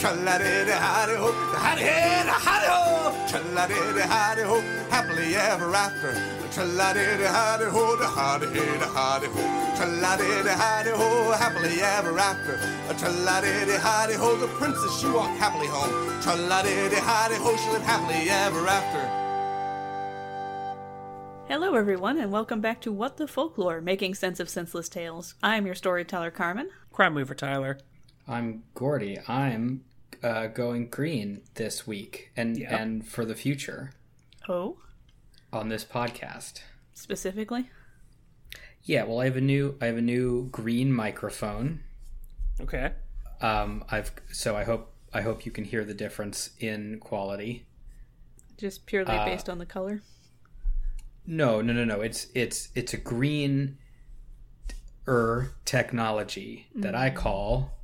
Tra-la-di-di-hi-di-ho, hi-di-hi-di-hi-di-ho. Tra-la-di-di-hi-di-ho, happily ever after. Tra-la-di-di-hi-di-ho, hi-di-hi-di-hi-di-ho. Tra-la-di-di-hi-di-ho, happily ever after. Tra-la-di-di-hi-di-ho, the princess she walked happily home. Tra-la-di-di-hi-di-ho, she lived happily ever after. Hello, everyone, and welcome back to What the Folklore Making Sense of Senseless Tales. I'm your storyteller, Carmen. Crime Weaver Tyler. I'm Gordy. I'm uh, going green this week and and for the future Oh, on this podcast. specifically? Yeah, well, I have a new I have a new green microphone. Okay. Um, I've so I hope I hope you can hear the difference in quality. Just purely Uh, based on the color? No, no, no, no. It's it's it's a green er technology that Mm. I call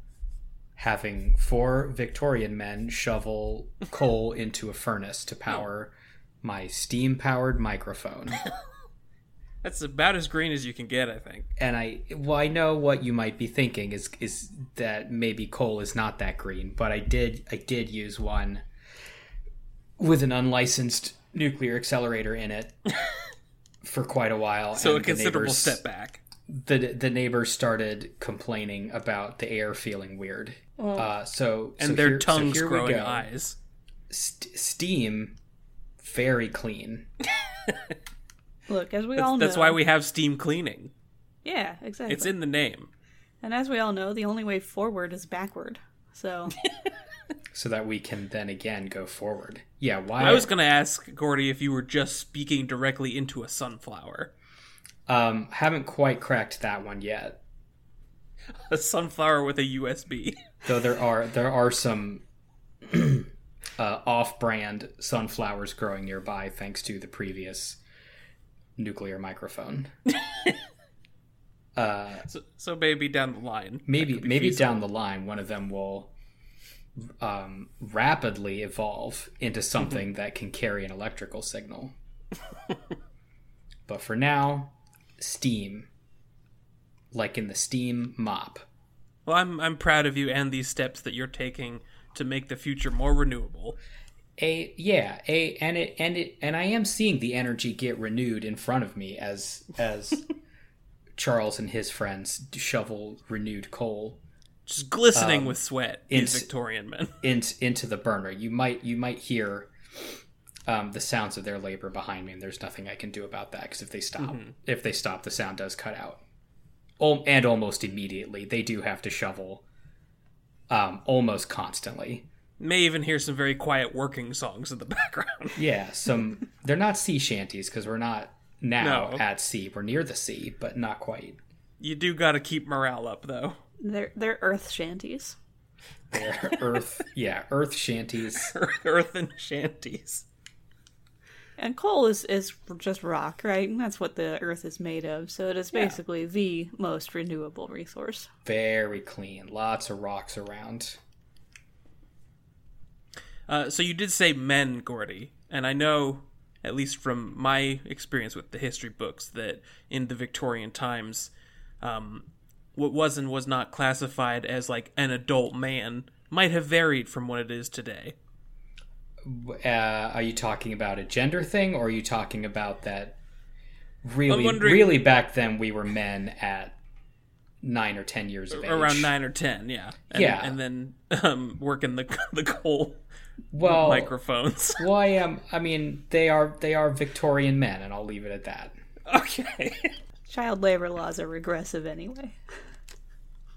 having four Victorian men shovel coal into a furnace to power my steam powered microphone. That's about as green as you can get, I think. and I well I know what you might be thinking is is that maybe coal is not that green, but I did I did use one with an unlicensed nuclear accelerator in it for quite a while. So a and the considerable neighbors- step back. The the neighbors started complaining about the air feeling weird. uh, so And so their here- so tongues here we growing go. eyes. St- steam, very clean. Look, as we That's, all know. that's why we have steam cleaning. Yeah, exactly. It's in the name. And as we all know, the only way forward is backward. So, So that we can then again go forward. Yeah, why I was going to ask, Gordy, if you were just speaking directly into a sunflower. Um, haven't quite cracked that one yet. A sunflower with a USB. Though there are there are some uh, off-brand sunflowers growing nearby, thanks to the previous nuclear microphone. uh, So, so maybe down the line. that maybe could be maybe feasible. down the line, one of them will um, rapidly evolve into Mm-hmm. something that can carry an electrical signal. but for now, steam, like in the steam mop. Well, I'm, I'm proud of you and these steps that you're taking to make the future more renewable. a yeah a and it and it and i am seeing the energy get renewed in front of me as as charles and his friends shovel renewed coal Just glistening with sweat, these Um, it's- Victorian men. in, into the burner you might you might hear um, the sounds of their labor behind me and there's nothing i can do about that because if they stop if they stop the sound does cut out Al- and almost immediately they do have to shovel um, almost constantly may even hear some very quiet working songs in the background. Yeah, some they're not sea shanties because we're not now No. at sea. We're near the sea, but not quite. you do got to keep morale up, though. they're, they're earth shanties. They're earth, yeah, earth shanties. Earthen shanties. And coal is, is just rock, right? And that's what the earth is made of. So it is basically the most renewable resource. Very clean. Lots of rocks around. Uh, so you did say men, Gordy, and I know, at least from my experience with the history books, that in the Victorian times, um, what was and was not classified as like an adult man might have varied from what it is today. Uh, are you talking about a gender thing, or are you talking about that? Really, wondering- really back then we were men at nine or ten years of age. Around nine or ten, yeah, and, Yeah. and then um, working the the coal Well, microphones. well, I am. I mean, they are they are Victorian men, and I'll leave it at that. okay. child labor laws are regressive anyway.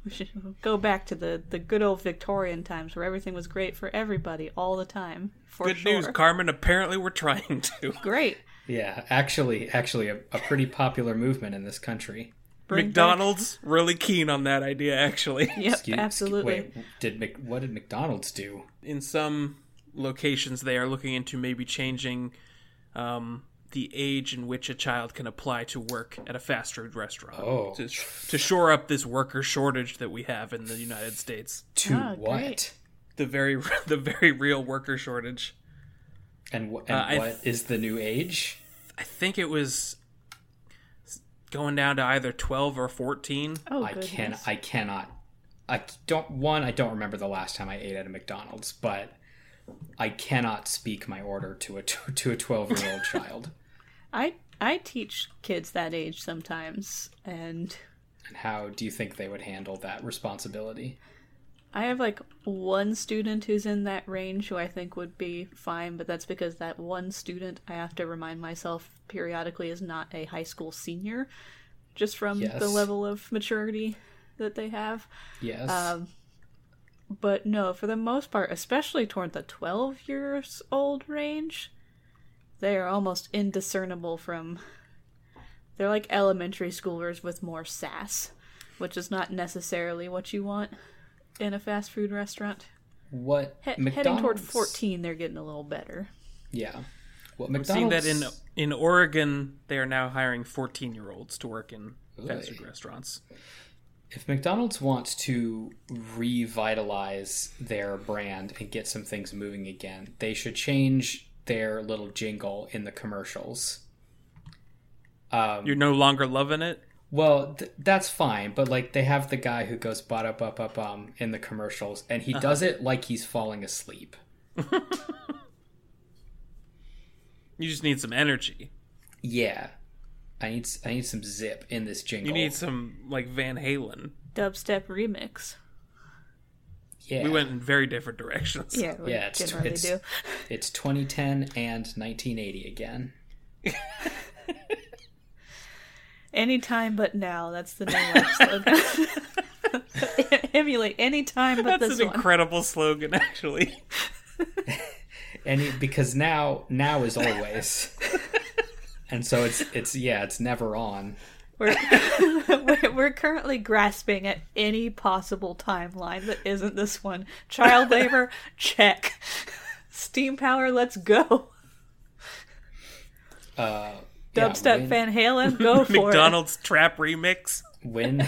We should go back to the, the good old Victorian times where everything was great for everybody all the time. For Good sure. news, Carmen. Apparently, we're trying to. Great. Yeah, actually, actually, a, a pretty popular movement in this country. Bring McDonald's really keen on that idea, actually. Yep, Excuse- absolutely. Wait, did Mc, what did McDonald's do? In some locations, they are looking into maybe changing um, the age in which a child can apply to work at a fast food restaurant Oh. to, to shore up this worker shortage that we have in the United States. To Ah, what? great. The very the very real worker shortage. And, wh- and Uh, I what is the new age? I think it was going down to either 12 or 14. Oh, I goodness. can I cannot. I don't one. I don't remember the last time I ate at a McDonald's, but I cannot speak my order to a to a twelve year old child. I I teach kids that age sometimes, and And how do you think they would handle that responsibility? I have like one student who's in that range who I think would be fine, but that's because that one student I have to remind myself periodically is not a high school senior, just from Yes. the level of maturity that they have. Yes. Um, But no, for the most part, especially toward the 12 years old range, they are almost indiscernible from. They're like elementary schoolers with more sass, which is not necessarily what you want in a fast food restaurant. what He- heading toward 14, they're getting a little better. Yeah. What I'm seeing that McDonald's? in in Oregon, they are now hiring 14 year olds to work in fast Oy. food restaurants. If McDonald's wants to revitalize their brand and get some things moving again, they should change their little jingle in the commercials. Um, You're no longer loving it. Well, th- that's fine, but like they have the guy who goes ba da ba ba bum in the commercials, and he does Uh-huh. it like he's falling asleep. You just need some energy. Yeah, I need s- I need some zip in this jingle. You need some like Van Halen. Dubstep remix. yeah. We went in very different directions. Yeah, we Yeah, it's, generally it's, do. it's 2010 and 1980 again. Anytime but now. That's the new life slogan. Emulate anytime but That's this an one. incredible slogan, actually. and it- because now now is always and so it's it's yeah it's never on We're, we're, we're currently grasping at any possible timeline that isn't this one. Child labor, check. Steam power, let's go. uh yeah, Dubstep when, Van Halen, go for McDonald's Trap Remix. when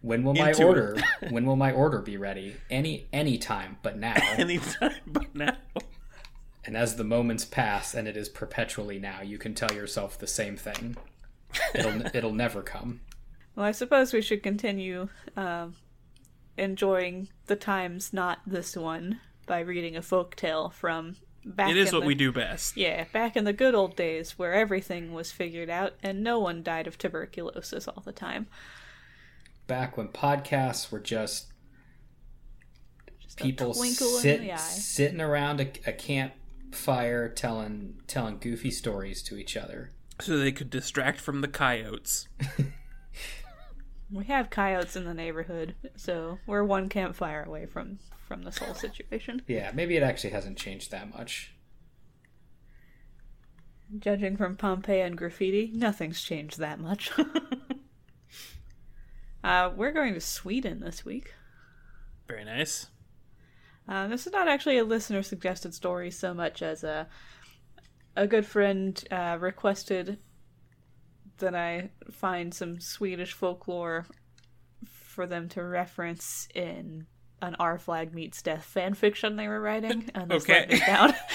when will my Into it. order when will my order be ready any any time but now Anytime but now. and as the moments pass and it is perpetually now you can tell yourself the same thing it'll it'll never come it. Well, I suppose we should continue um, enjoying the times not this one by reading a folktale from back It is in what the- we do best. Yeah, back in the good old days where everything was figured out and no one died of tuberculosis all the time. back when podcasts were just Just a people twinkle in sit, the eye. sitting around a, a campfire telling telling goofy stories to each other So they could distract from the coyotes. We have coyotes in the neighborhood, so we're one campfire away from from this whole situation. Yeah, maybe it actually hasn't changed that much. Judging from Pompeii and graffiti, nothing's changed that much. uh, we're going to Sweden this week. Very nice. Uh, this is not actually a listener suggested story so much as a a good friend uh, requested that I find some Swedish folklore for them to reference in an R flag meets death fan fiction they were writing, and this led Okay. me down.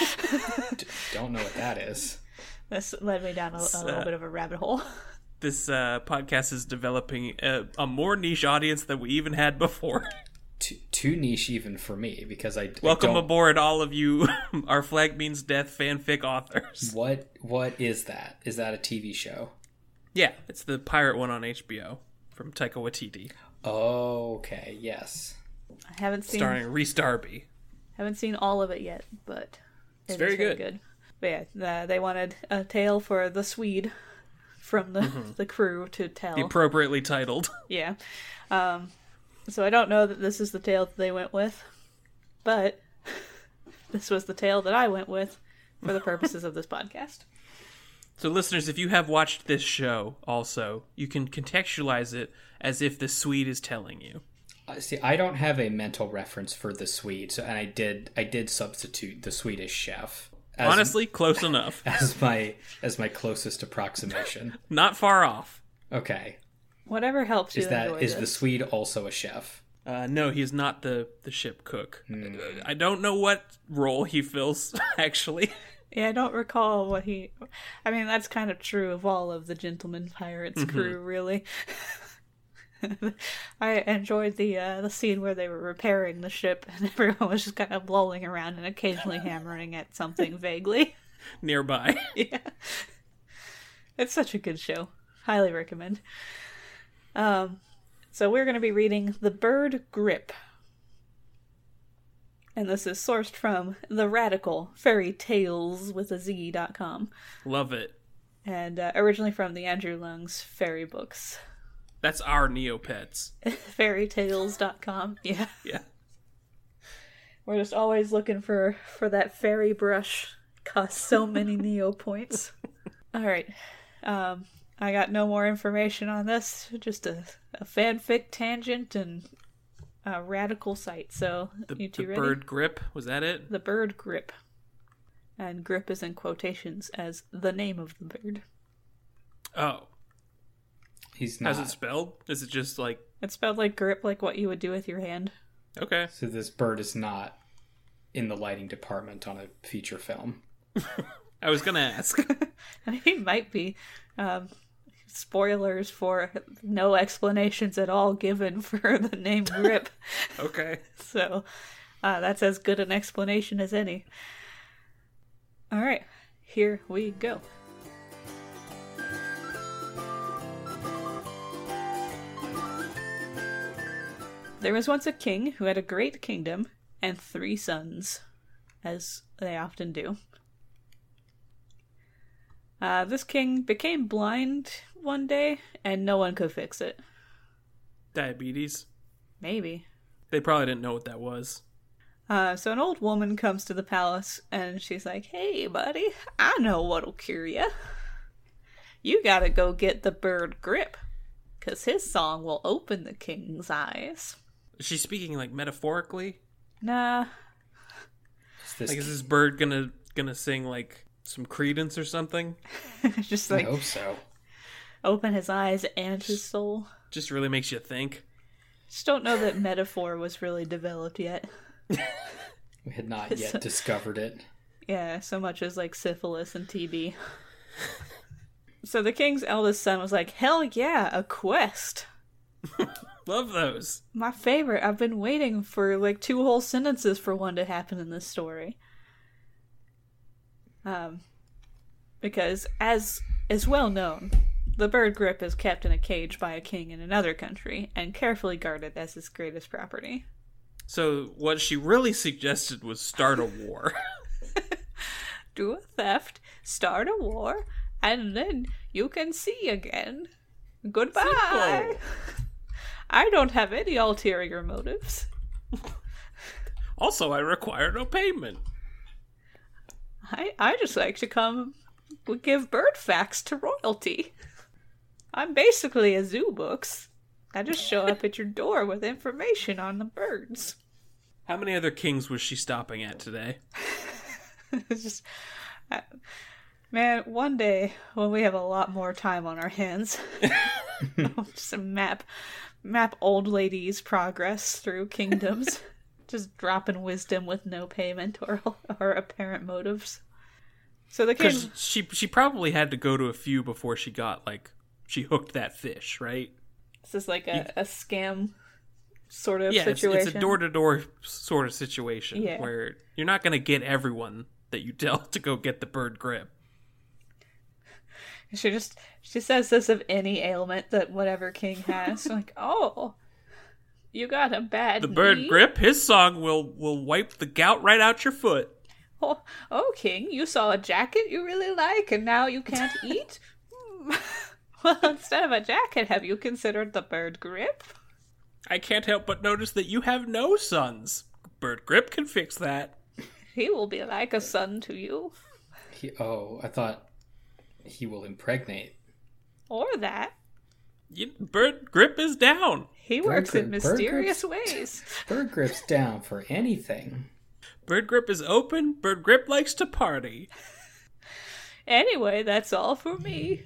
Don't know what that is. this led me down a, a little bit of a rabbit hole. This uh, podcast is developing a, a more niche audience than we even had before. Too, too niche even for me because I I Welcome don't- aboard, all of you. Our flag means death fanfic authors. What what is that? Is that a TV show? Yeah, it's the pirate one on HBO from Taika Waititi, Okay, yes. I haven't seen starring Reese Darby. haven't seen all of it yet, but it's very good. But yeah, uh, they wanted a tale for the Swede from the Mm-hmm. the crew to tell. Appropriately titled. Yeah. Um, so I don't know that this is the tale that they went with, but this was the tale that I went with for the purposes of this podcast. So, listeners, if you have watched this show, also you can contextualize it as if the Swede is telling you. Uh, See, I don't have a mental reference for the Swede, so, and I did I did substitute the Swedish chef. as, Honestly, close enough. as my as my closest approximation. Not far off. Okay, Whatever helps you is that enjoy is the this. Swede also a chef? Uh, no, he is not the, the ship cook. Hmm. Uh, I don't know what role he fills, actually. Yeah, I don't recall what he. I mean, that's kind of true of all of the Gentleman Pirates Mm-hmm. crew, really. I enjoyed the uh, the scene where they were repairing the ship and everyone was just kind of lolling around and occasionally hammering at something vaguely. Nearby. yeah. It's such a good show. Highly recommend. Um, so we're going to be reading The Bird Grip. And this is sourced from The Radical Fairy Tales with a Z dot com. Love it. And uh, originally from the Andrew Lung's Fairy Books. That's our Neopets. Fairytales.com. Yeah. Yeah. We're just always looking for for that fairy brush. Costs so many neo points. All right, um, I got no more information on this. Just a, a fanfic tangent and a radical site. So The, you two the ready? bird grip. Was that it? The bird grip, and grip is in quotations as the name of the bird. Oh. He's How's not. Ah. it spelled? Is it just like, It's spelled like grip, like what you would do with your hand. okay. So this bird is not in the lighting department on a feature film. I was going to ask. I mean, it might be. Um, spoilers for no explanations at all given for the name grip. okay. So uh, that's as good an explanation as any. All right, here we go. There was once a king who had a great kingdom and three sons, as they often do. Uh, this king became blind one day, and no one could fix it. Diabetes. Maybe. They probably didn't know what that was. Uh, so an old woman comes to the palace and she's like, "Hey, buddy, I know what'll cure you. You gotta go get the bird grip, 'cause his song will open the king's eyes." Is she speaking like metaphorically? Nah, Is this Like, is this bird gonna gonna sing like some credence or something? just I like hope so. open his eyes and his soul. Just really makes you think. Just don't know that metaphor was really developed yet. We had not yet discovered it. Yeah, so much as like syphilis and TB. so the king's eldest son was like, "Hell yeah, a quest." Love those. My favorite. I've been waiting for like two whole sentences for one to happen in this story. Um, because as is well known, the bird grip is kept in a cage by a king in another country and carefully guarded as his greatest property. So what she really suggested was start a war. Do a theft, start a war, and then you can see again. Goodbye. Simple. I don't have any ulterior motives. Also, I require no payment. I, I just like to come give bird facts to royalty. I'm basically a zoo books. I just show up at your door with information on the birds. How many other kings was she stopping at today? it's just, I, man, one day when we have a lot more time on our hands, I'll just map map old ladies' progress through kingdoms, just dropping wisdom with no payment or or apparent motives. So the king. Because she she probably had to go to a few before she got like she hooked that fish, right? This is like a, a scam sort of yeah, it's, situation. it's a door to door sort of situation Yeah. where you're not gonna get everyone that you tell to go get the bird grip. She just she says this of any ailment that whatever king has. like, oh, you got a bad The bird knee? grip, his song will will wipe the gout right out your foot. Oh, oh, king, you saw a jacket you really like, and now you can't eat. Hmm. well, instead of a jacket, have you considered the bird grip? I can't help but notice that you have no sons. Bird grip can fix that. He will be like a son to you, He, oh, I thought he will impregnate. or that You- Bird grip is down. he works in grip, bird grip's- mysterious ways. Bird grips down for anything. Bird Grip is open. Bird Grip likes to party. Anyway, that's all for me.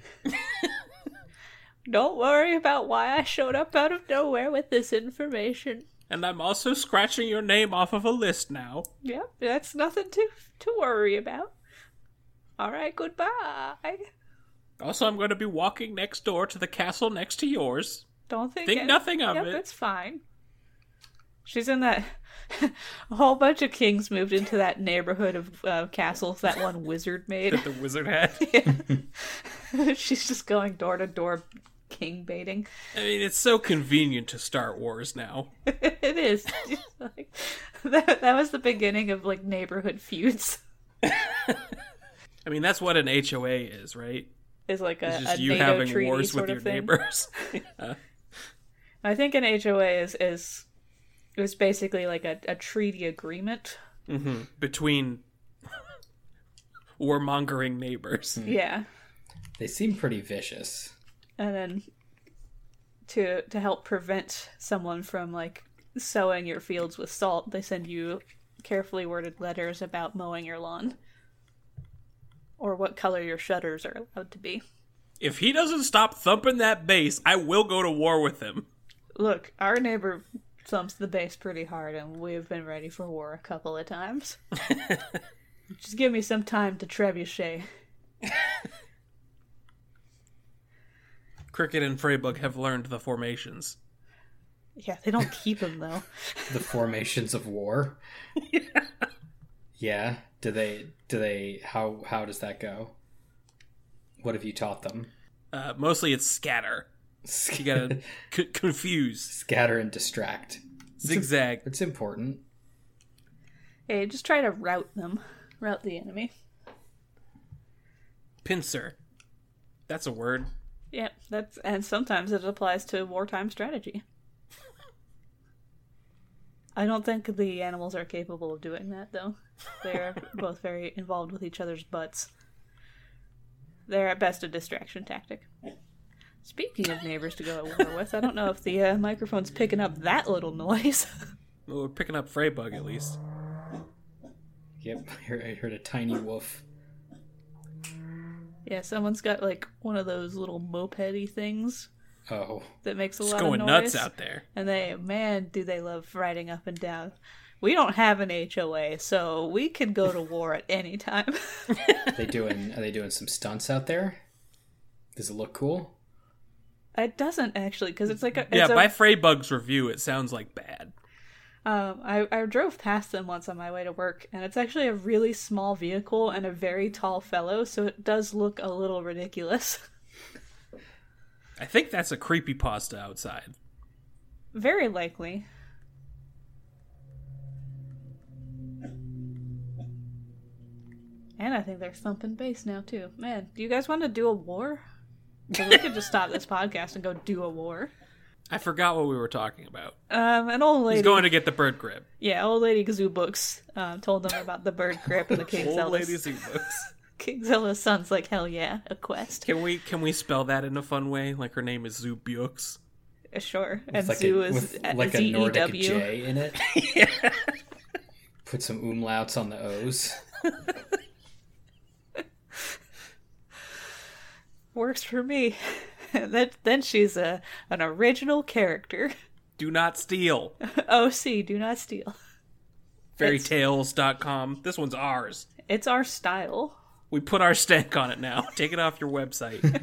Don't worry about why I showed up out of nowhere with this information. And I'm also scratching your name off of a list now. Yep, that's nothing to to worry about. All right, goodbye. Also, I'm going to be walking next door to the castle next to yours. Don't think Think any- nothing of yep, it. That's fine. She's in that. a whole bunch of kings moved into that neighborhood of uh, castles that one wizard made. That the wizard had. She's just going door to door, king baiting. I mean, it's so convenient to Star Wars now. it is. It's like, that, that was the beginning of like neighborhood feuds. I mean, that's what an HOA is, right? Is like a, It's just a you NATO having treaty wars with sort of your thing. neighbors. Yeah. I think an HOA is is it was basically like a, a treaty agreement. Mm-hmm. Between warmongering neighbors. Yeah. They seem pretty vicious. and then to to help prevent someone from like sowing your fields with salt they send you carefully worded letters about mowing your lawn or what color your shutters are allowed to be If he doesn't stop thumping that bass, I will go to war with him. look our neighbor thumps the bass pretty hard and we've been ready for war a couple of times just give me some time to trebuchet Cricket and Freybug have learned the formations. yeah they don't keep them though The formations of war. yeah. Do they? Do they? How? How does that go? What have you taught them? Uh, mostly it's scatter. You gotta c- confuse, scatter and distract. zigzag. It's important. hey just try to rout them rout the enemy pincer. That's a word. Yep, that's and sometimes it applies to wartime strategy. I don't think the animals are capable of doing that though. They're both very involved with each other's butts. They're at best a distraction tactic. Speaking of neighbors to go at war with, I don't know if the uh, microphone's picking up that little noise. Well, we're picking up Freybug at least. Yep, I heard, I heard a tiny woof. yeah, someone's got like one of those little mopedy things Oh, that makes a It's lot going of noise. nuts out there. And they, man, do they love riding up and down. We don't have an HOA, so we can go to war at any time. are they doing? Are they doing some stunts out there? Does it look cool? it doesn't actually, because it's like a. It's yeah, a- by Freybug's review, it sounds like bad. um, I, I drove past them once on my way to work, and it's actually a really small vehicle and a very tall fellow, so it does look a little ridiculous. I think that's a creepy pasta outside. very likely. And I think they're thumping bass now too. Man, do you guys want to do a war? 'Cause we could just stop this podcast and go do a war. I forgot what we were talking about. Um, an old lady, He's going to get the bird grip. yeah, old lady Gazoo books uh, told them about the bird grip and the King Old Zella's. lady zoo books. King Zella's son's like, hell yeah, a quest, Can we can we spell that in a fun way? Like her name is Zoo Bukes. sure. And like Zoo a, is with like a Z E Nordic W. J in it. Put some umlauts on the O's. Works for me. that then she's a an original character. Do not steal. OC, do not steal. Fairytales.com. This one's ours. It's our style. We put our stank on it now. Take it off your website.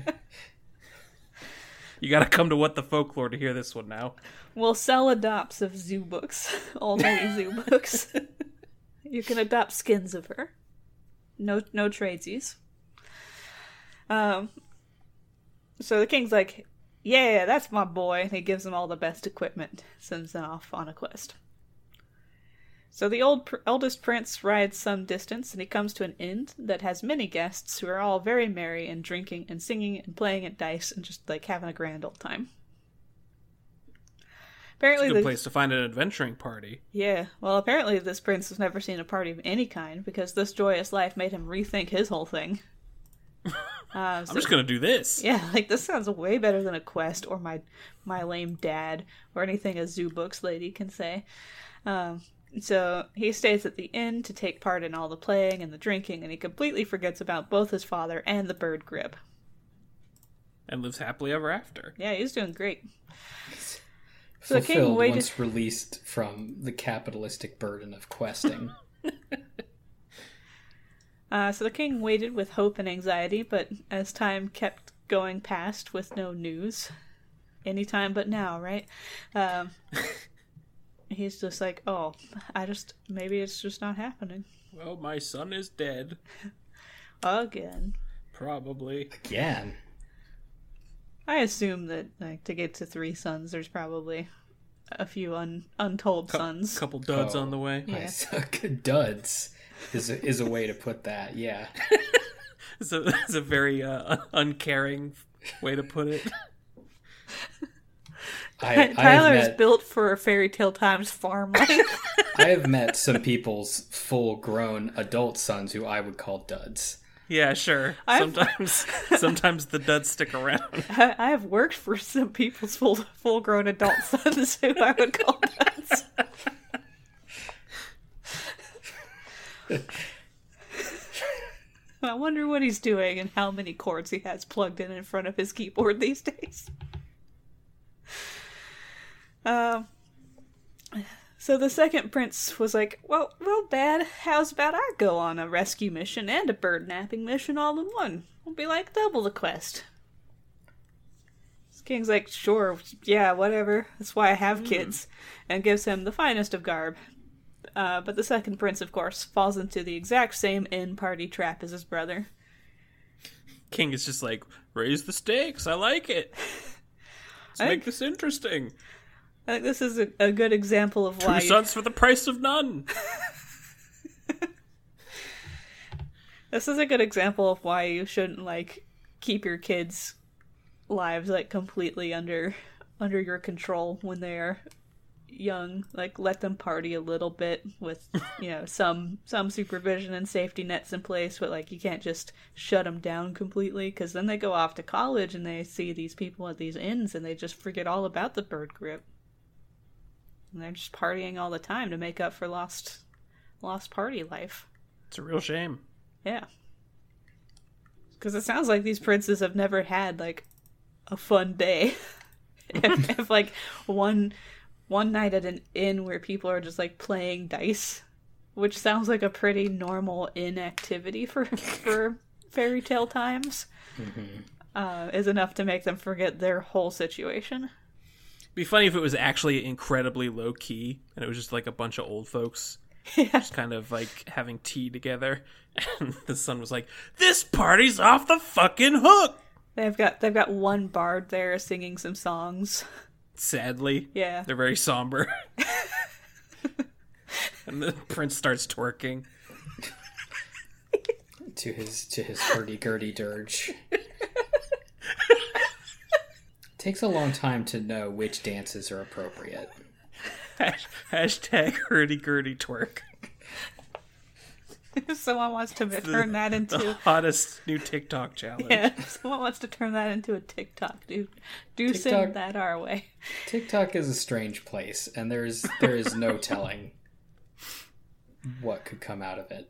you gotta come to What the Folklore to hear this one now. We'll sell adopts of zoo books, all lady zoo books. You can adopt skins of her. No, no tradesies. Um. So the king's like, "Yeah, that's my boy." And he gives him all the best equipment, sends him off on a quest. So the old pr- eldest prince rides some distance, and he comes to an inn that has many guests who are all very merry and drinking and singing and playing at dice and just like having a grand old time. Apparently, Good the- place to find an adventuring party. yeah, well, apparently this prince has never seen a party of any kind because this joyous life made him rethink his whole thing. Uh, so- I'm just gonna do this. yeah, like this sounds way better than a quest or my my lame dad or anything a zoo books lady can say. Um, So he stays at the inn to take part in all the playing and the drinking, and he completely forgets about both his father and the bird grip. and lives happily ever after. Yeah, he's doing great. So the king Fulfilled waited- once released from the capitalistic burden of questing. Uh, so the king waited with hope and anxiety, but as time kept going past with no news, any time but now, right? Um, he's just like, oh, I just, maybe it's just not happening Well, my son is dead, again. probably. Again. I assume that like to get to three sons, there's probably a few un- untold sons. Couple duds Oh. on the way. I suck. Duds is a, is a way to put that. Yeah. It's a, it's a very uh, uncaring way to put it. I, I, have Tyler is met, built for fairy tale times farm life. I have met some people's full grown adult sons who I would call duds. Yeah, sure. I've- Sometimes, sometimes the duds stick around. I, I have worked for some people's full full grown adult sons who I would call nuts. I wonder what he's doing and how many cords he has plugged in in front of his keyboard these days. Um. So the second prince was like, "Well, well, Dad, how's about I go on a rescue mission and a bird napping mission all in one? It'll be like double the quest." King's like, sure, yeah, whatever. That's why I have kids, and gives him the finest of garb. Uh, but the second prince, of course, falls into the exact same inn party trap as his brother. King is just like, raise the stakes. I like it. Let's I- make this interesting. I think this is a, a good example of Two why sons for the price of none. this is a good example of why you shouldn't like keep your kids' lives like completely under under your control when they are young. Like let them party a little bit with you know some some supervision and safety nets in place, but like you can't just shut them down completely because then they go off to college and they see these people at these inns and they just forget all about the bird grip. And they're just partying all the time to make up for lost lost party life. It's a real shame. Yeah. Because it sounds like these princes have never had like a fun day. if, if like one one night at an inn where people are just like playing dice, which sounds like a pretty normal inn activity for for fairy tale times, uh, is enough to make them forget their whole situation. be funny if it was actually incredibly low key and it was just like a bunch of old folks just kind of like having tea together and the son was like this party's off the fucking hook They've got they've got one bard there singing some songs. sadly Yeah. they're very somber and the prince starts twerking to his to his hurdy gurdy dirge. Takes a long time to know which dances are appropriate. Hash- hashtag hurdy-gurdy twerk If someone wants to turn that the into hottest new tiktok challenge Yeah, if someone wants to turn that into a TikTok, dude. Do TikTok. send that our way. TikTok is a strange place, and there's there is no telling what could come out of it.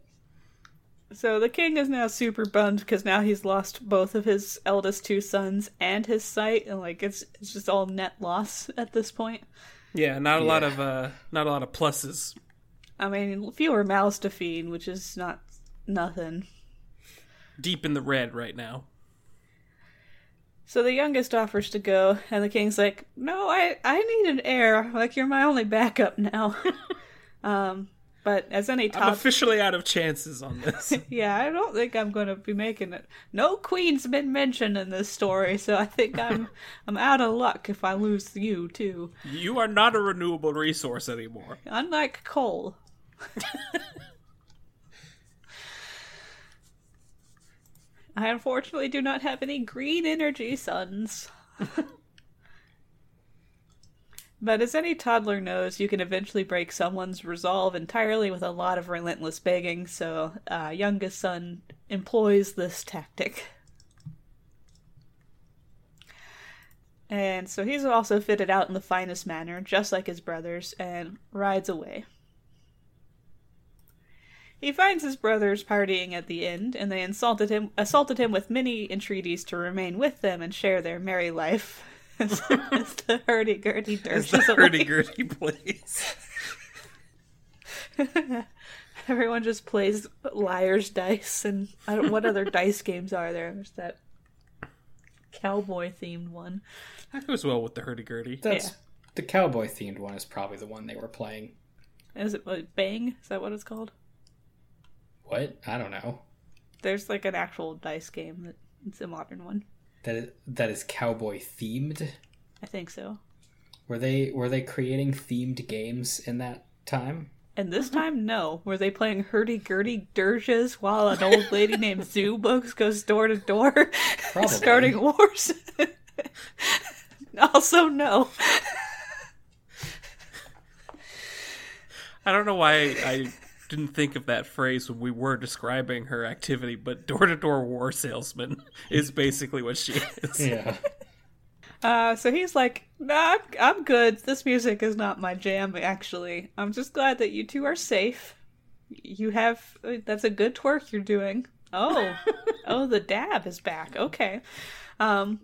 So the king is now super bummed because now he's lost both of his eldest two sons and his sight, and like it's it's just all net loss at this point. Yeah, not a lot of uh not a lot of pluses I mean, fewer mouths to feed, which is not nothing. deep in the red right now So the youngest offers to go, and the king's like, "No, I I need an heir. Like you're my only backup now." um, but as any i'm top officially out of chances on this Yeah, I don't think I'm going to be making it. No queen's been mentioned in this story, so I think I'm I'm out of luck if I lose you too. You are not a renewable resource anymore. Unlike coal. I unfortunately do not have any green energy suns. but as any toddler knows, you can eventually break someone's resolve entirely with a lot of relentless begging, so uh, youngest son employs this tactic. And so he's also fitted out in the finest manner, just like his brothers, and rides away. He finds his brothers partying at the inn, and they insulted him, assaulted him with many entreaties to remain with them and share their merry life. as, as the hurdy-gurdy It's dirge the is away. hurdy-gurdy place. Everyone just plays liar's dice, and I don't, what other dice games are there? There's that cowboy-themed one. That goes well with the hurdy-gurdy. That's Yeah. the cowboy themed one is probably the one they were playing. Is it what, Bang? Is that what it's called? What? I don't know. There's like an actual dice game that it's a modern one. That is, that is cowboy themed. I think so. Were they were they creating themed games in that time? And this time, no. Were they playing hurdy-gurdy dirges while an old lady named Zoobugs goes door to door, Probably. starting wars? also, no. I don't know why I didn't think of that phrase when we were describing her activity, but door-to-door war salesman is basically what she is. Yeah. Uh, so he's like, nah, I'm, I'm good. This music is not my jam, actually. I'm just glad that you two are safe. You have, that's a good twerk you're doing. Oh, oh, the dab is back. Okay. Um,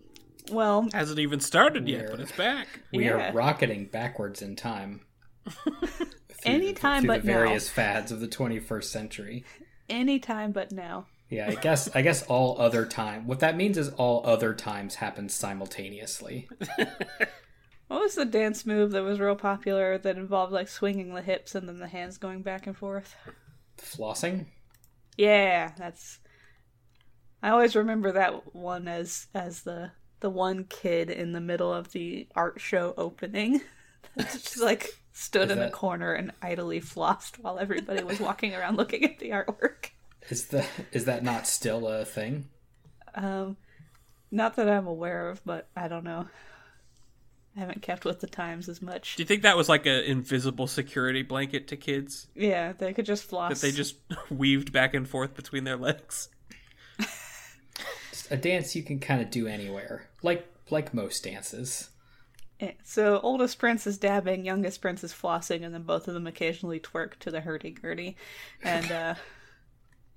well, Hasn't even started yet, but it's back. we Yeah. are rocketing backwards in time. Through the- Anytime through but the now. various fads of the 21st century. anytime but now. Yeah, I guess I guess all other time. What that means is all other times happen simultaneously. What was the dance move that was real popular that involved like swinging the hips and then the hands going back and forth? Flossing? Yeah, that's. I always remember that one as as the the one kid in the middle of the art show opening. Just like stood Is in a that- corner and idly flossed while everybody was walking around looking at the artwork. Is the is that not still a thing? Um, not that I'm aware of, but I don't know. I haven't kept with the times as much. Do you think that was like an invisible security blanket to kids Yeah, they could just floss. that they just weaved back and forth between their legs? It's a dance you can kind of do anywhere. Like like most dances. Eh, So oldest prince is dabbing, youngest prince is flossing, and then both of them occasionally twerk to the hurdy gurdy. And uh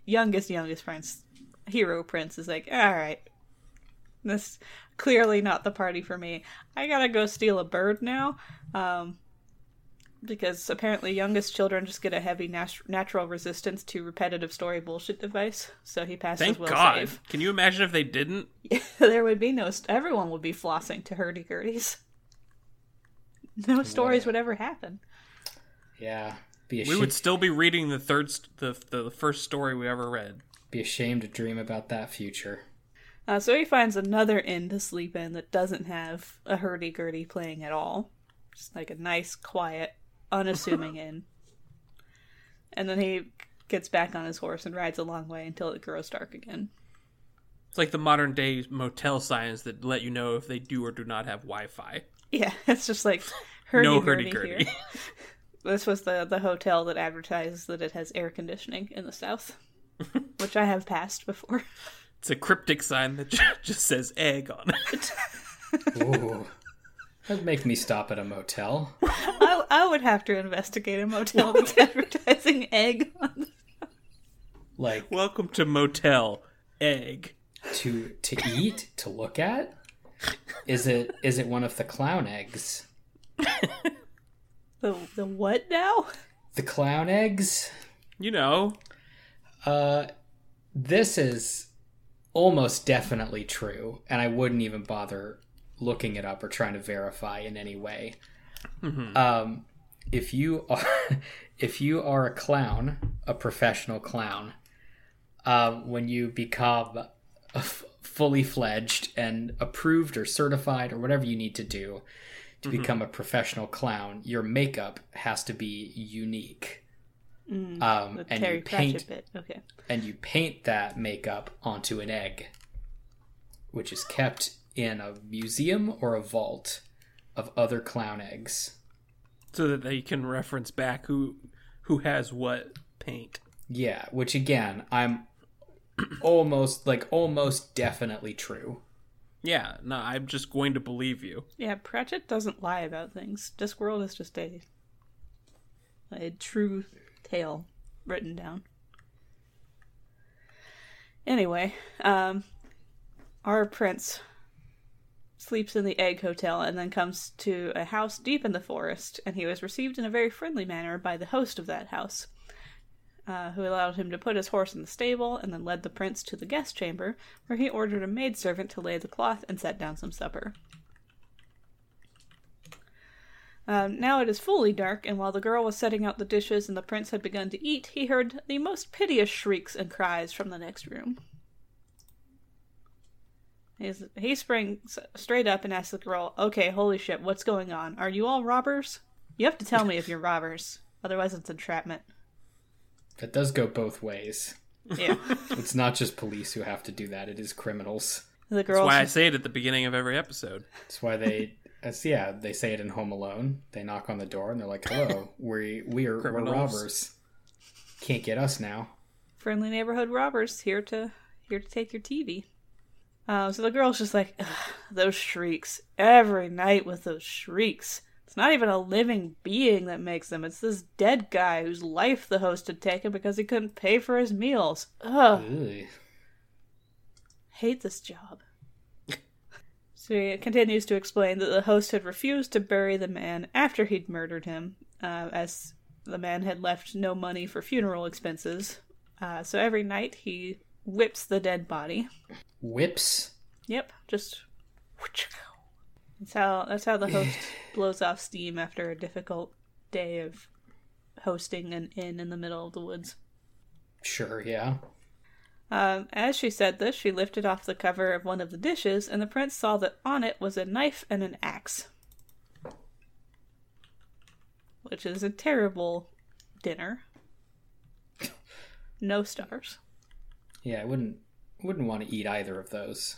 youngest youngest prince, hero prince is like, all right, this clearly not the party for me. I gotta go steal a bird now, um, because apparently youngest children just get a heavy nat- natural resistance to repetitive story bullshit device. So he passes. Thank will God. save. Can you imagine if they didn't? there would be no st- everyone would be flossing to hurdy-gurdies no stories would ever happen Yeah. Be We ashamed, would still be reading the third, st- the, the the first story we ever read. be ashamed to dream about that future. uh, so he finds another inn to sleep in that doesn't have a hurdy-gurdy playing at all just like a nice quiet unassuming inn and then he gets back on his horse and rides a long way until it grows dark again It's like the modern day motel signs that let you know if they do or do not have Wi-Fi. yeah it's just like no hurdy-gurdy, hurdy-gurdy. here this was the the hotel that advertises that it has air conditioning in the south which i have passed before It's a cryptic sign that ju- just says egg on it. Ooh. That'd make me stop at a motel. I, I would have to investigate a motel that's advertising egg on Like Welcome to Motel Egg. to to eat to look at is it is it one of the clown eggs the the what now? the clown eggs You know, uh this is almost definitely true and i wouldn't even bother looking it up or trying to verify in any way um if you are if you are a clown a professional clown um when you become a f- fully fledged and approved or certified or whatever you need to do to become a professional clown your makeup has to be unique um Mm. The and Terry you paint Pratchett bit. Okay. and you paint that makeup onto an egg, which is kept in a museum or a vault of other clown eggs. so that they can reference back who who has what paint. Yeah, which again, I'm almost like almost definitely true. Yeah, no, I'm just going to believe you. Yeah, Pratchett doesn't lie about things. Discworld is just a a true tale written down. Anyway, um, our prince sleeps in the egg hotel and then comes to a house deep in the forest, and he was received in a very friendly manner by the host of that house, uh, who allowed him to put his horse in the stable and then led the prince to the guest chamber, where he ordered a maidservant to lay the cloth and set down some supper. Um, now it is fully dark, and while the girl was setting out the dishes and the prince had begun to eat, he heard the most piteous shrieks and cries from the next room. He's, he springs straight up and asks the girl, Okay, holy shit, what's going on? Are you all robbers? You have to tell me if you're robbers, otherwise, it's entrapment. That does go both ways. Yeah. It's not just police who have to do that, it is criminals. The That's girl. why I say it at the beginning of every episode. That's why they, that's, yeah, they say it in Home Alone. They knock on the door and they're like, hello, we, we are we're Criminals. robbers. Can't get us now. friendly neighborhood robbers here to here to take your TV. Uh, so the girl's just like, "Ugh, those shrieks every night with those shrieks. It's not even a living being that makes them. It's this dead guy whose life the host had taken because he couldn't pay for his meals. Ugh, Ugh. hate this job. so he continues to explain that the host had refused to bury the man after he'd murdered him, uh, as the man had left no money for funeral expenses. Uh, so every night he whips the dead body. Whips. Yep, just. That's how that's how the host blows off steam after a difficult day of hosting an inn in the middle of the woods. Sure, yeah. Um, as she said this, she lifted off the cover of one of the dishes, and the prince saw that on it was a knife and an axe, which is a terrible dinner. No stars. Yeah, I wouldn't wouldn't want to eat either of those.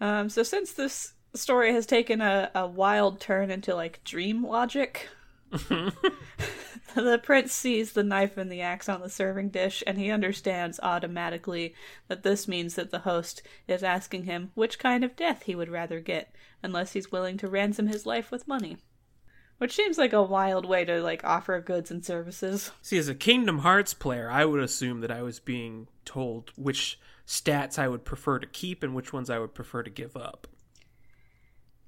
Um, so since this story has taken a, a wild turn into like dream logic, the prince sees the knife and the axe on the serving dish, and he understands automatically that this means that the host is asking him which kind of death he would rather get, unless he's willing to ransom his life with money. Which seems like a wild way to like offer goods and services. See, as a Kingdom Hearts player, I would assume that I was being told which stats I would prefer to keep and which ones I would prefer to give up.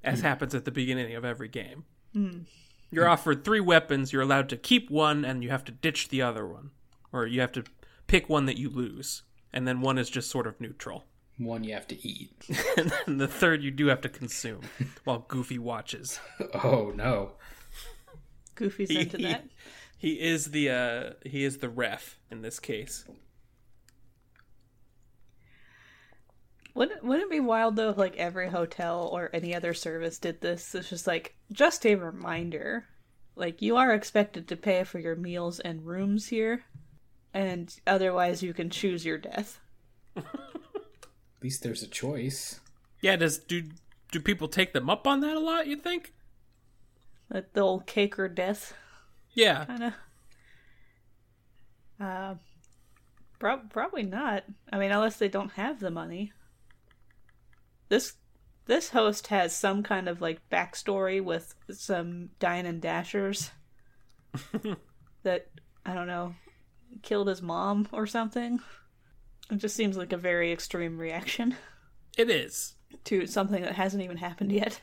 As happens at the beginning of every game. You're offered three weapons, you're allowed to keep one, and you have to ditch the other one. Or you have to pick one that you lose. And then one is just sort of neutral. One you have to eat. and then the third you do have to consume while Goofy watches. Oh no. Goofy's into that. He is the uh he is the ref in this case. Wouldn't wouldn't it be wild though if like every hotel or any other service did this? It's just like just a reminder. Like you are expected to pay for your meals and rooms here. And otherwise you can choose your death. At least there's a choice. Yeah, does do do people take them up on that a lot? You think? Like the old cake or death Yeah, kinda. Uh prob- probably not. I mean unless they don't have the money. This this host has some kind of like backstory with some dine and dashers that I don't know killed his mom or something. It just seems like a very extreme reaction it is. to something that hasn't even happened yet.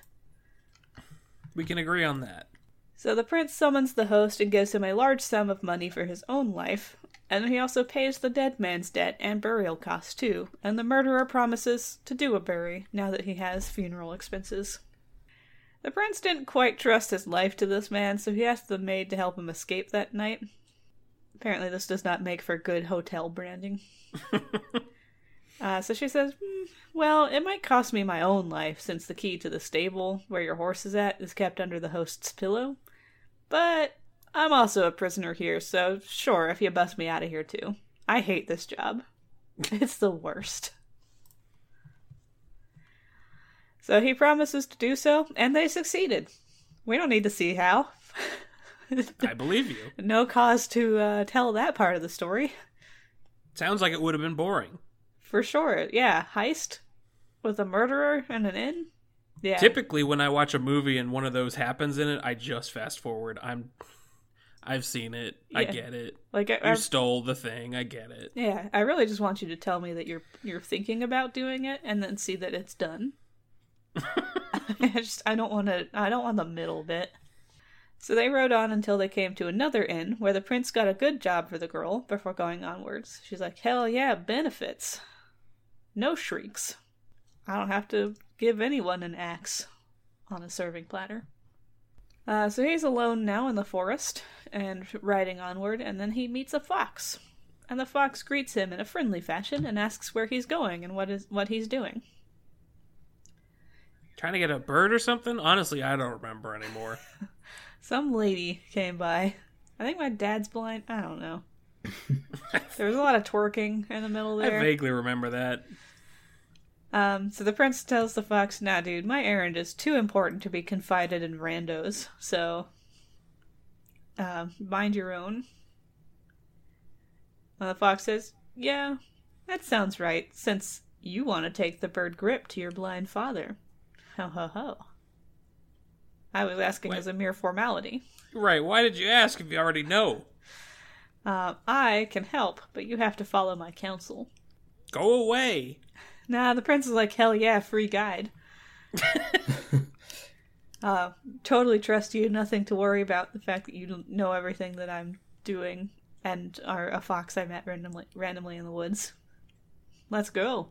We can agree on that. So the prince summons the host and gives him a large sum of money for his own life, and he also pays the dead man's debt and burial costs too, and the murderer promises to do a bury now that he has funeral expenses. The prince didn't quite trust his life to this man, so he asked the maid to help him escape that night. Apparently, this does not make for good hotel branding. Uh, so she says, "Hmm, Well, it might cost me my own life since the key to the stable where your horse is at is kept under the host's pillow. But I'm also a prisoner here, so sure, if you bust me out of here too. I hate this job. It's the worst. So he promises to do so, and they succeeded. We don't need to see how. I believe you. no cause to uh, tell that part of the story. Sounds like it would have been boring. For sure. Yeah. Heist with a murderer and an inn. Yeah. Typically, when I watch a movie and one of those happens in it, I just fast forward. I'm I've seen it. I Yeah. get it. Like I, You I- stole the thing. I get it. yeah, I really just want you to tell me that you're you're thinking about doing it, and then see that it's done. I just I don't want to. I don't want the middle bit. So they rode on until they came to another inn where the prince got a good job for the girl before going onwards. She's like, "Hell yeah, benefits. No shrieks. I don't have to give anyone an axe on a serving platter." Uh, so he's alone now in the forest and riding onward, and then he meets a fox. And the fox greets him in a friendly fashion and asks where he's going and what is what he's doing. Trying to get a bird or something? Honestly, I don't remember anymore. Some lady came by. I think my dad's blind. I don't know. there was a lot of twerking in the middle I there. vaguely remember that. Um, so the prince tells the fox, "Nah, dude, my errand is too important to be confided in randos. So, um, mind your own." And the fox says, "Yeah, that sounds right. Since you want to take the bird grip to your blind father, ho ho ho." I was asking What? as a mere formality. Right. Why did you ask if you already know? Uh, I can help, but you have to follow my counsel. Go away. Nah, the prince is like, hell yeah, free guide. uh, totally trust you. Nothing to worry about. The fact that you don't know everything that I'm doing and are a fox I met randomly, randomly in the woods. Let's go.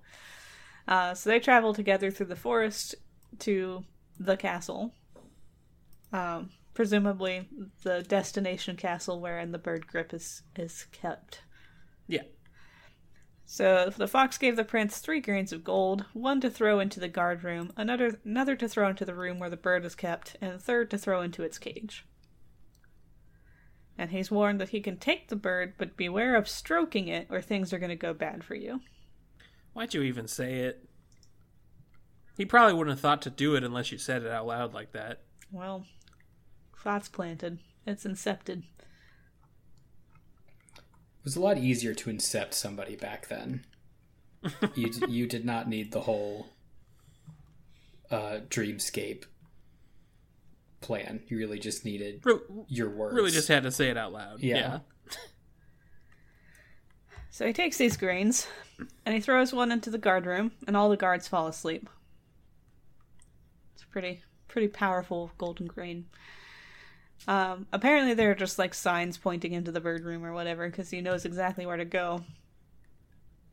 Uh, so they travel together through the forest to the castle. Um, presumably the destination castle wherein the bird grip is, is kept. Yeah. So the fox gave the prince three grains of gold, one to throw into the guard room, another another to throw into the room where the bird was kept, and a third to throw into its cage. And he's warned that he can take the bird, but beware of stroking it, or things are going to go bad for you. Why'd you even say it? He probably wouldn't have thought to do it unless you said it out loud like that. Well, thoughts planted. It's incepted. It was a lot easier to incept somebody back then. you d- you did not need the whole uh, dreamscape plan. You really just needed Re- your words. really just had to say it out loud. Yeah. yeah. So he takes these grains, and he throws one into the guard room, and all the guards fall asleep. It's a pretty, pretty powerful golden grain. Um, apparently, there are just like signs pointing into the bird room or whatever, because he knows exactly where to go.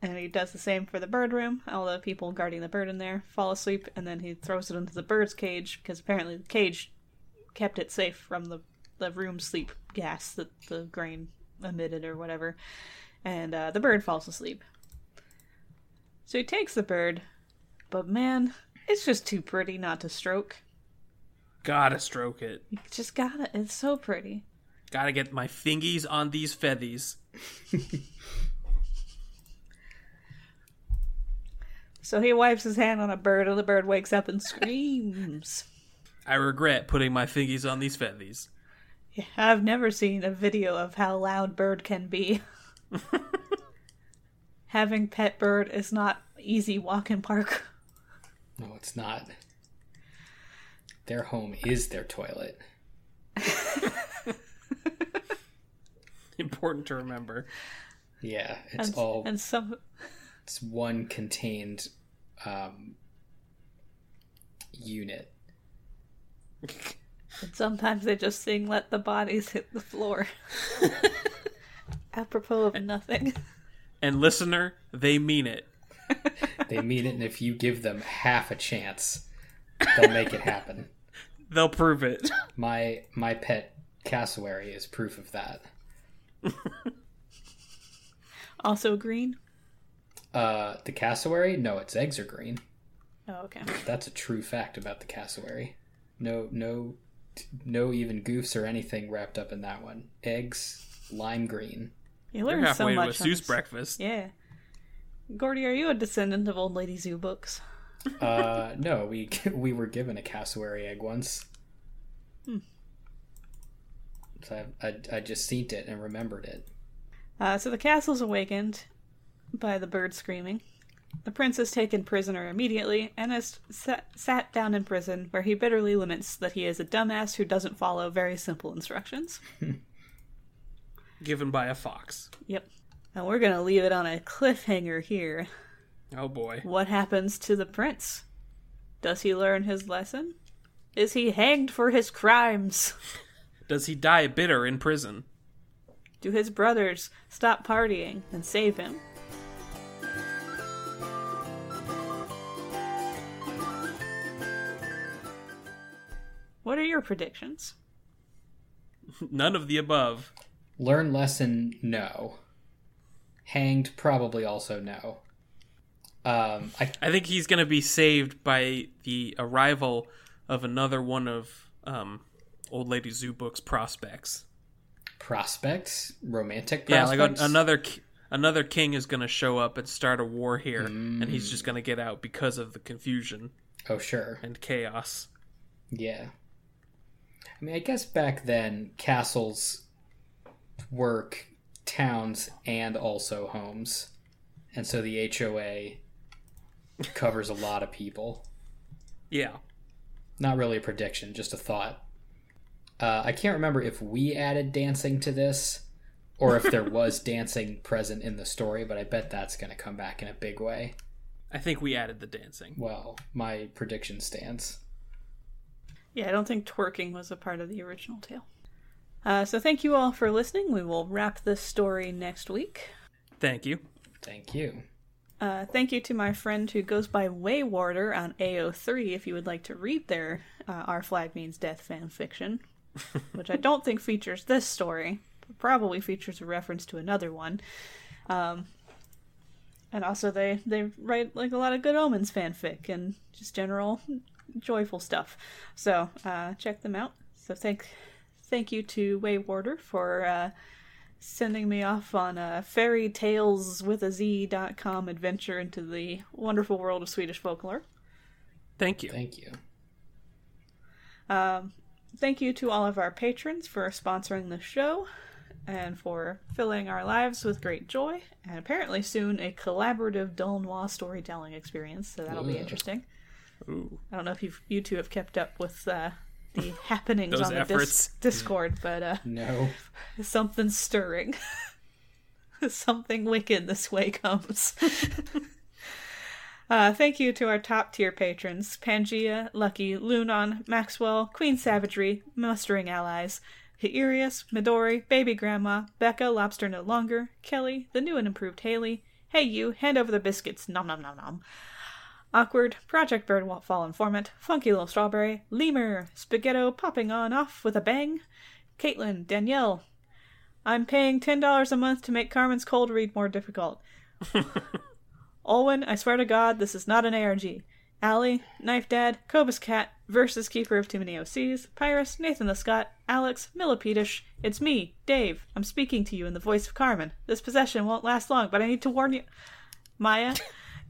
And he does the same for the bird room. All the people guarding the bird in there fall asleep, and then he throws it into the bird's cage because apparently the cage kept it safe from the the room sleep gas that the grain emitted or whatever and uh, the bird falls asleep. So he takes the bird, but man, it's just too pretty not to stroke. Gotta stroke it. You just gotta, it's so pretty. Gotta get my fingies on these feathies. So he wipes his hand on a bird, and the bird wakes up and screams. I regret putting my fingies on these feathies. Yeah, I've never seen a video of how loud bird can be. Having pet bird is not easy walk in park. no, it's not. Their home is their toilet. Important to remember. Yeah, it's And, all and some it's one contained um, unit. And sometimes they just sing "Let the bodies hit the floor," apropos of nothing. And listener, they mean it. They mean it, and if you give them half a chance, they'll make it happen. They'll prove it. My my pet cassowary is proof of that. Also green. Uh, the cassowary? No, its eggs are green. Oh, okay. That's a true fact about the cassowary. No, no, no, even goofs or anything wrapped up in that one. Eggs, lime green. You You're learn so halfway much. to a on Seuss this. breakfast. Yeah. Gordy, are you a descendant of old lady zoo books? Uh, no, we we were given a cassowary egg once. So I, I I just seen it and remembered it. Uh, so the castle's awakened by the bird screaming. The prince is taken prisoner immediately and is sat, sat down in prison, where he bitterly laments that he is a dumbass who doesn't follow very simple instructions. given by a fox. Yep. And we're going to leave it on a cliffhanger here. Oh boy. What happens to the prince? Does he learn his lesson? Is he hanged for his crimes? Does he die bitter in prison? Do his brothers stop partying and save him? What are your predictions? None of the above. Learn lesson, no. Hanged, probably also no. Um, I I think he's going to be saved by the arrival of another one of um, Old Lady Zoo Book's prospects. prospects, romantic Yeah, prospects. like an- another ki- another king is going to show up and start a war here, and he's just going to get out because of the confusion Oh sure, and chaos. yeah. I mean, I guess back then castles work towns and also homes, and so the HOA covers a lot of people. Yeah, not really a prediction, just a thought. Uh, I can't remember if we added dancing to this or if there was dancing present in the story, but I bet that's going to come back in a big way. I think we added the dancing. Well, my prediction stands. Yeah, I don't think twerking was a part of the original tale. Uh, so thank you all for listening. We will wrap this story next week. Thank you. Thank you. Uh, thank you to my friend who goes by Waywarder on AO3 if you would like to read their uh, Our Flag Means Death fan fiction, which I don't think features this story, but probably features a reference to another one. Um, and also they, they write like a lot of Good Omens fanfic and just general joyful stuff. So uh, check them out. So thank thank you to Waywarder for uh, sending me off on a fairy tales with a z dot com adventure into the wonderful world of Swedish folklore. Thank you. Thank you. Um, thank you to all of our patrons for sponsoring the show and for filling our lives with great joy and apparently soon a collaborative Dole Noir storytelling experience. So that'll be Ooh. interesting. Ooh. I don't know if you you two have kept up with uh, the happenings Those on the efforts. dis- Discord, but uh, No. something stirring. something wicked this way comes. uh, thank you to our top tier patrons Pangea, Lucky, Lunon, Maxwell, Queen Savagery, Mustering Allies, Heirius, Midori, Baby Grandma, Becca, Lobster No Longer, Kelly, the new and improved Haley, Hey You, Hand Over the Biscuits, Nom Nom Nom Nom. Awkward, Project Bird Fall Informant, Funky Little Strawberry, Lemur, Spaghetto popping on off with a bang, Caitlin, Danielle, I'm paying ten dollars a month to make Carmen's cold read more difficult. Olwen, I swear to God, this is not an ARG. Allie, Knife Dad, Cobus Cat versus Keeper of Too Many OCs, Pyrus, Nathan the Scott, Alex, Millipedish. It's me, Dave. I'm speaking to you in the voice of Carmen. This possession won't last long, but I need to warn you. Maya,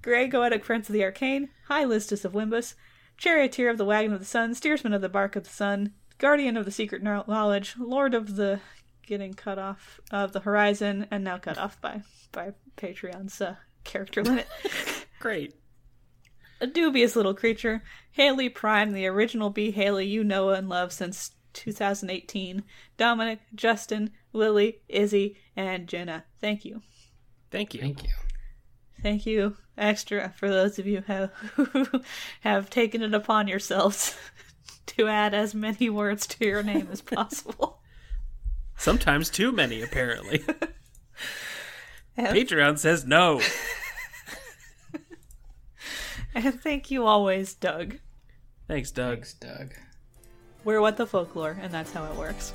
Grey Goetic Prince of the Arcane, High Listus of Wimbus, Charioteer of the Wagon of the Sun, Steersman of the Bark of the Sun, Guardian of the Secret Kno- Knowledge, Lord of the Getting Cut Off of the Horizon, and now cut off by by Patreon's uh, character limit. Great. A dubious little creature, Haley Prime, the original B Haley you know and love since 2018, Dominic, Justin, Lily, Izzy, and Jenna. Thank you. Thank you. Thank you. Thank you extra for those of you who who have taken it upon yourselves to add as many words to your name as possible. Sometimes too many, apparently. Yeah. Patreon says no. and thank you always, Doug. Thanks, Doug. Thanks, Doug. We're what the folklore, and that's how it works.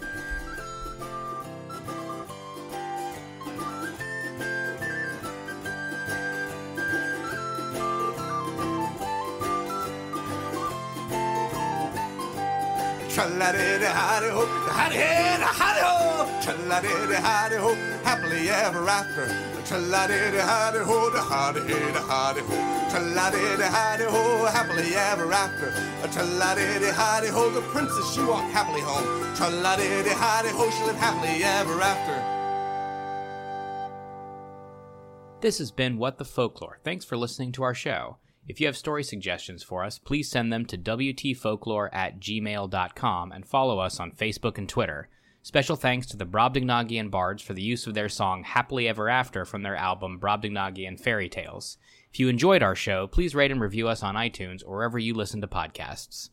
Tra-la-di-di-hi-di-ho, hi-di-hi-di-hi-di-ho. Tra-la-di-di-hi-di-ho, happily ever after. Tra-la-di-di-hi-di-ho, da-hi-di-hi-di-ho. Tra-la-di-di-hi-di-ho, happily ever after. Tra-la-di-di-hi-di-ho, the princess she walked happily home. Tra-la-di-di-hi-di-ho, she lived happily ever after. This has been What the Folklore. Thanks for listening to our show. If you have story suggestions for us, please send them to WTFolklore at gmail.com and follow us on Facebook and Twitter. Special thanks to the Brobdingnagian bards for the use of their song Happily Ever After from their album Brobdingnagian Fairy Tales. If you enjoyed our show, please rate and review us on iTunes or wherever you listen to podcasts.